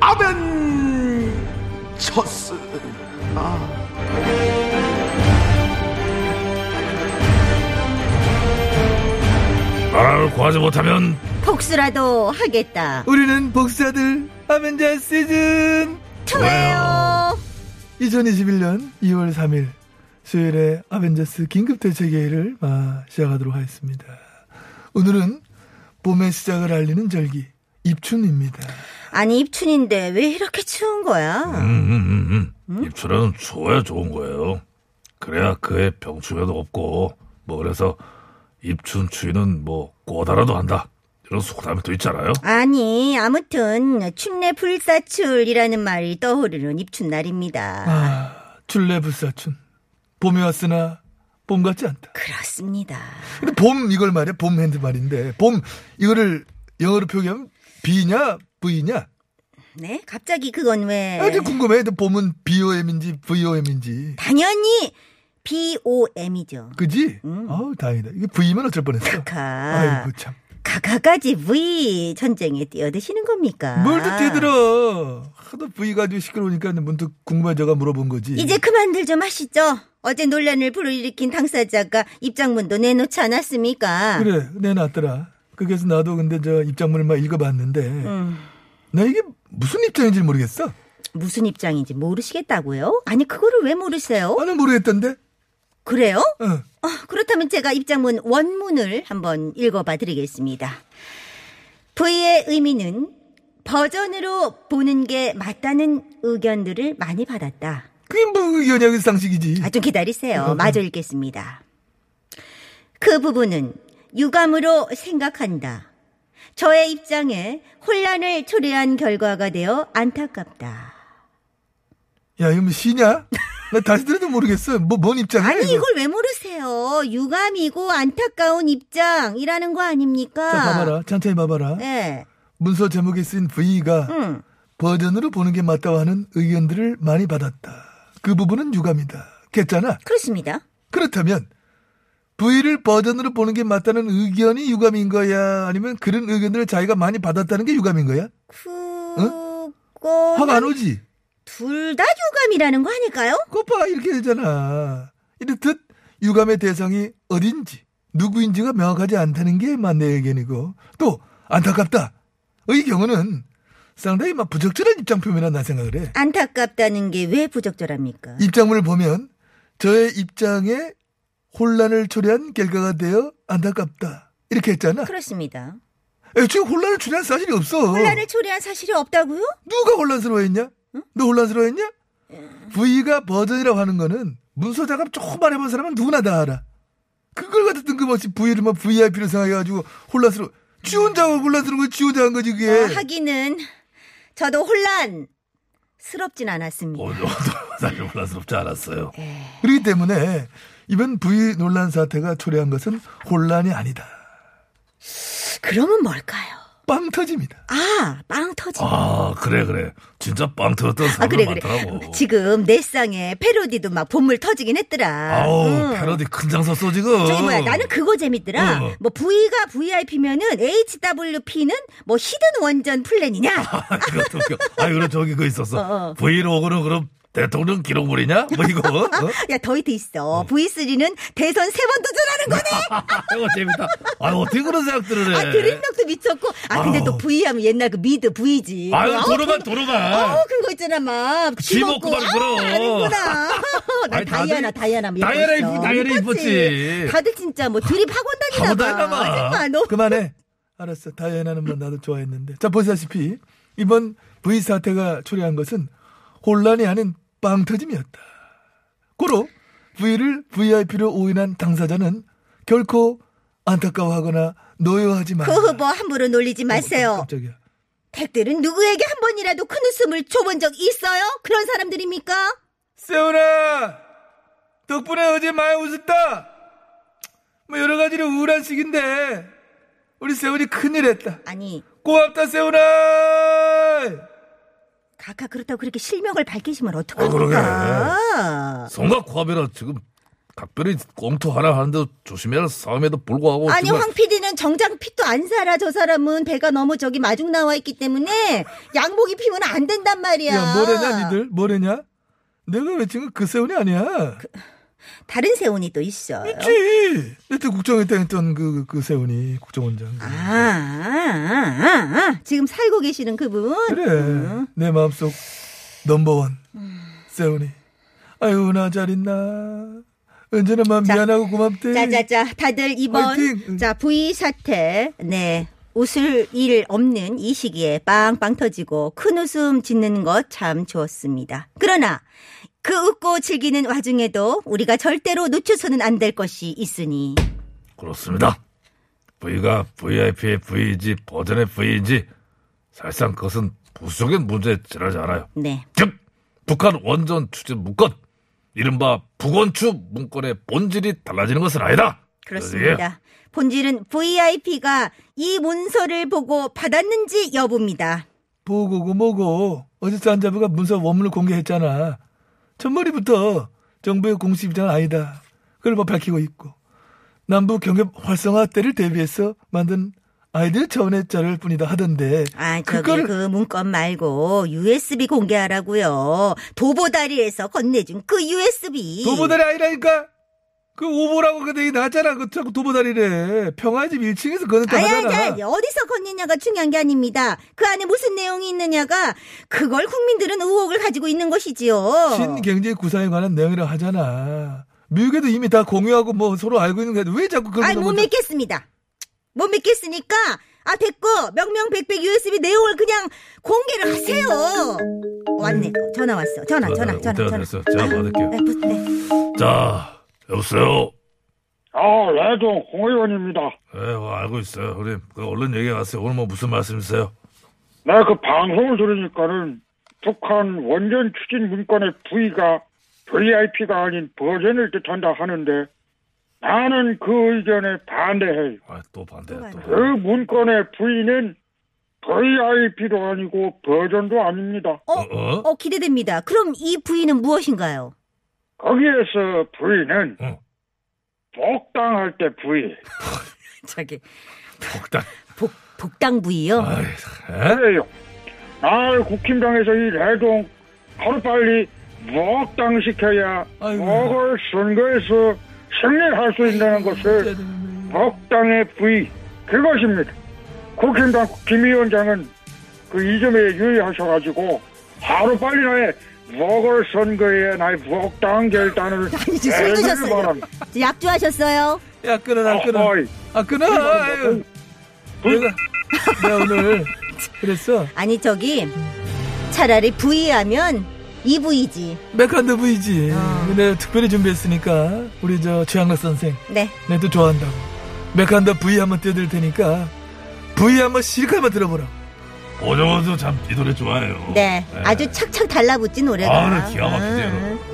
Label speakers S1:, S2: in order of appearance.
S1: 아벤처스.
S2: 나라를 구하지 못하면
S3: 복수라도 하겠다.
S4: 우리는 복사들 아벤자 시즌
S3: 투웨요.
S4: 2021년 2월 3일 수요일에 아벤자스 긴급 대책회의를 아, 시작하도록 하겠습니다. 오늘은 봄의 시작을 알리는 절기 입춘입니다.
S3: 아니 입춘인데 왜 이렇게 추운 거야?
S2: 음, 음, 음. 입출은 추워야 좋은 거예요. 그래야 그의 병충해도 없고 뭐 그래서 입춘 추위는 뭐 꼬다라도 한다 이런 속담이 또 있잖아요.
S3: 아니 아무튼 춥내 불사출이라는 말이 떠오르는 입춘 날입니다.
S4: 아, 출래불사춘 봄이 왔으나 봄 같지 않다.
S3: 그렇습니다.
S4: 근데 봄 이걸 말해 봄 핸드말인데 봄 이거를 영어로 표기하면 B냐 V냐
S3: 네? 갑자기 그건 왜?
S4: 아주 궁금해. 근데 봄은 BOM인지 VOM인지
S3: 당연히 B O M이죠.
S4: 그지?
S3: 음.
S4: 아우 다행이다. 이게 V면 어쩔 뻔했어.
S3: 카카.
S4: 아이고 참.
S3: 가가가지 V 전쟁에 뛰어드시는 겁니까?
S4: 뭘또 뛰들어. 하도 V 가지고 시끄러우니까 문득 궁금해져가 물어본 거지.
S3: 이제 그만들 좀 하시죠. 어제 논란을 불러일으킨 당사자가 입장문도 내놓지 않았습니까?
S4: 그래 내놨더라. 그래서 나도 근데 저 입장문을 막 읽어봤는데
S3: 음.
S4: 나 이게 무슨 입장인지 모르겠어.
S3: 무슨 입장인지 모르시겠다고요? 아니 그거를 왜 모르세요?
S4: 나는 모르겠던데.
S3: 그래요?
S4: 어.
S3: 아, 그렇다면 제가 입장문 원문을 한번 읽어봐 드리겠습니다. V의 의미는 버전으로 보는 게 맞다는 의견들을 많이 받았다.
S4: 그게 뭐 연약의 상식이지.
S3: 아, 좀
S4: 음.
S3: 기다리세요. 마저 읽겠습니다. 그 부분은 유감으로 생각한다. 저의 입장에 혼란을 초래한 결과가 되어 안타깝다.
S4: 야 이거 뭐 시냐? 나 다시 들어도 모르겠어. 뭐 뭔 입장이야?
S3: 아니
S4: 이거.
S3: 이걸 왜 모르세요? 유감이고 안타까운 입장이라는 거 아닙니까?
S4: 자 봐봐라. 천천히 봐봐라.
S3: 네.
S4: 문서 제목에 쓴 V가
S3: 음.
S4: 버전으로 보는 게 맞다고 하는 의견들을 많이 받았다. 그 부분은 유감이다. 겠잖아.
S3: 그렇습니다.
S4: 그렇다면 V를 버전으로 보는 게 맞다는 의견이 유감인 거야? 아니면 그런 의견들을 자기가 많이 받았다는 게 유감인 거야?
S3: 그거
S4: 음? 화가 안 오지?
S3: 둘다 유감이라는 거 아닐까요?
S4: 거봐 이렇게 되잖아. 이렇듯 유감의 대상이 어딘지 누구인지가 명확하지 않다는 게 맞는 의견이고 또 안타깝다. 의 경우는 상당히 막 부적절한 입장 표면이라 난 생각을 해.
S3: 안타깝다는 게 왜 부적절합니까?
S4: 입장문을 보면 저의 입장에 혼란을 초래한 결과가 되어 안타깝다. 이렇게 했잖아.
S3: 그렇습니다.
S4: 애초에 혼란을 초래한 사실이 없어.
S3: 혼란을 초래한 사실이 없다고요?
S4: 누가 혼란스러워했냐? 너 혼란스러워했냐? V가 버전이라고 하는 거는 문서 작업 조금만 해본 사람은 누구나 다 알아. 그걸 갖다 뜬금없이 V를 막 VIP로 생각해가지고 혼란스러워. 지 혼자 혼란스러운 거지 혼자 한 거지 그게.
S3: 아,
S2: 예.
S3: 하기는 저도 혼란스럽진 않았습니다.
S2: 어느 사실 혼란스럽지 않았어요.
S3: 네.
S4: 그렇기 때문에 이번 V 논란 사태가 초래한 것은 혼란이 아니다.
S3: 그러면 뭘까요?
S4: 빵 터집니다.
S3: 아, 빵 터지. 아,
S2: 아 그래 그래 진짜 빵 터졌던 사람들
S3: 그래 그래.
S2: 많더라고.
S3: 지금 넷상에 패러디도 막 본물 터지긴 했더라.
S2: 아우
S3: 음.
S2: 패러디 큰 장사 써 지금.
S3: 저기 뭐야 나는 그거 재밌더라.
S2: 어.
S3: 뭐 V가 VIP면은 HWP는 뭐 히든 원전 플랜이냐?
S2: 아, 이것도 웃겨. 아 그럼 저기 그
S3: 어,
S2: 있었어.
S3: 어.
S2: 브이로그는 그럼 대통령 기록물이냐? 뭐 이거. 어?
S3: 야, 더 히트 있어. V3는 대선 세 번 도전하는 거네.
S2: 이거 재밌다. 아 어떻게 그런 생각들을 해?
S3: 아, 드림럭도 미쳤고. 아, 근데
S2: 네. 아우.
S3: 또 V 하면 옛날 그 미드 V지.
S2: 아유
S3: 아우,
S2: 도로만
S3: 그거-
S2: 도로만.
S3: 어, 그거 있잖아, 막.
S2: 쥐 먹고 막 그럼.
S3: 아, 아는구나. 나
S2: 아니, 다들-
S3: 다이아나, 다이아나. 뭐
S2: 다이아나
S3: 이런 거 있어.
S2: 이쁘- 다이아나
S3: 이뻤지?
S2: 이뻤지.
S3: 다들 진짜 뭐 드립 학원 다니나
S2: 학원
S3: 봐.
S2: 다니나 봐.
S3: 정말 너무
S4: 그만해. 알았어. 다이애나는 뭐 나도 좋아했는데. 자, 보시다시피 이번 V 사태가 초래한 것은 혼란이 아닌 빵 터짐이었다. 고로 V를 VIP로 오인한 당사자는 결코 안타까워하거나 노여하지 마.
S3: 뭐. 그 후보 함부로 놀리지 마세요.
S4: 깜짝이야.
S3: 댁들은 누구에게 한 번이라도 큰 웃음을 줘본 적 있어요? 그런 사람들입니까?
S4: 세훈아 덕분에 어제 많이 웃었다 뭐 여러 가지로 우울한 시기인데 우리 세훈이 큰일 했다
S3: 아니,
S4: 고맙다 세훈아
S3: 각하 그렇다고 그렇게 실명을 밝히시면
S2: 어, 그러게.
S3: 어떡합니까?
S2: 성각화합이라 지금 각별히 검토 하라 하는데 조심해야 할 싸움에도
S4: 어,
S2: 불구하고
S3: 아니
S2: 지금
S3: 황 PD는 정장 핏도 안 살아 저 사람은 배가 너무 저기 마중 나와 있기 때문에 양복 입히면 안 된단 말이야. 아.
S4: 야 뭐래냐 니들 뭐래냐 내가 왜 지금 그 세훈이 아니야
S3: 다른 세훈이 또 있어.
S4: 그치 그때 국정에 때 했던 그, 그 세훈이 국정원장
S3: 아, 아, 아, 지금 살고 계시는 그분.
S4: 그래 내 마음속 넘버원
S3: 음.
S4: 세훈이 아유 나 잘 있나 언제나 마
S3: 자.
S4: 미안하고 고맙대
S3: 자자자, 다들 이번
S4: 화이팅!
S3: 자 부의 사태 네 웃을 일 없는 이 시기에 빵빵 터지고 큰 웃음 짓는 것 참 좋습니다. 그러나 그 웃고 즐기는 와중에도 우리가 절대로 놓쳐서는 안 될 것이 있으니
S2: 그렇습니다. V가 VIP의 V인지 버전의 V인지 사실상 그것은 부수적인 문제에 지나지 않아요.
S3: 네
S2: 즉 북한 원전 추진 문건 이른바 북원추 문건의 본질이 달라지는 것은 아니다. 예.
S3: 그렇습니다.
S4: 예.
S3: 본질은 VIP가 이 문서를 보고 받았는지 여부입니다.
S4: 보고고 뭐고 어제 산자부가 문서 원문을 공개했잖아. 첫머리부터 정부의 공식 입장은 아니다. 그걸 뭐 밝히고 있고 남북 경협 활성화 때를 대비해서 만든 아이들 차원의 자료일 뿐이다 하던데
S3: 아, 저기
S4: 그거를
S3: 그 문건 말고 USB 공개하라고요. 도보다리에서 건네준 그 USB.
S4: 도보다리 아니라니까 그 오보라고 그 얘기 나왔잖아 그 자꾸 도보다리래 평화집 1층에서 건넸다
S3: 아야야,
S4: 하잖아
S3: 아야, 어디서 건네냐가 중요한 게 아닙니다. 그 안에 무슨 내용이 있느냐가 그걸 국민들은 의혹을 가지고 있는 것이지요.
S4: 신경제 구상에 관한 내용이라 하잖아 미국에도 이미 다 공유하고 뭐 서로 알고 있는 건데 왜 자꾸 그런
S3: 아이,
S4: 거
S3: 못
S4: 먼저-
S3: 믿겠습니다. 못 믿겠으니까 아 됐고 명명백백 USB 내용을 그냥 공개를 하세요. 어, 왔네. 전화 왔어. 전화 전화 전화 전화.
S2: 아, 네. 됐어. 제가 받을게요.
S3: 네, 부- 네.
S2: 자 여보세요.
S5: 아, 레동 홍의원입니다.
S2: 예, 뭐 알고 있어요. 우리 그 얼른 얘기하세요. 오늘 뭐 무슨 말씀이세요?
S5: 내가 그 방송을 들으니까는 북한 원전 추진 문건의 부위가 VIP가 아닌 버전을 뜻한다 하는데 나는 그 의견에 반대해요.
S2: 아, 또 반대야. 또.
S5: 그 문건의 부위는 VIP도 아니고 버전도 아닙니다.
S3: 어,
S2: 어?
S3: 어 기대됩니다. 그럼 이 부위는 무엇인가요?
S5: 거기에서 부위는
S2: 응.
S5: 복당할 때 부위.
S3: 저기
S2: 복당.
S3: 복 복당 부위요.
S2: 아이, 에?
S5: 그래요. 날 국힘당에서 이 레동 하루빨리 먹당시켜야
S4: 아이고.
S5: 먹을 선거에서 승리할 수 있다는 것을 먹당의 부의 그것입니다. 국힘당 김 위원장은 그 이 점에 유의하셔가지고 하루빨리 나의 먹을 선거에 나의 먹당 결단을
S2: 네,
S3: 아니 지금 술 드셨어요. 약주하셨어요.
S4: 야 끊어 나 끊어
S5: 어이.
S4: 아 끊어 아유. 내가 내가 오늘 그랬어
S3: 아니 저기 차라리 부위하면 이 부위지.
S4: 맥한드 부이지 내가 특별히 준비했으니까 우리 저 최양락 선생
S3: 네.
S4: 내도 좋아한다고 맥한드 부이 한번 띄워드릴 테니까 부이 한번 실컷 한번 들어보라
S2: 오정원도 참 이 노래 좋아해요.
S3: 네.
S2: 예.
S3: 아주 착착 달라붙지 노래가.
S2: 아, 네, 기가 막히죠,
S3: 음.
S2: 여러분.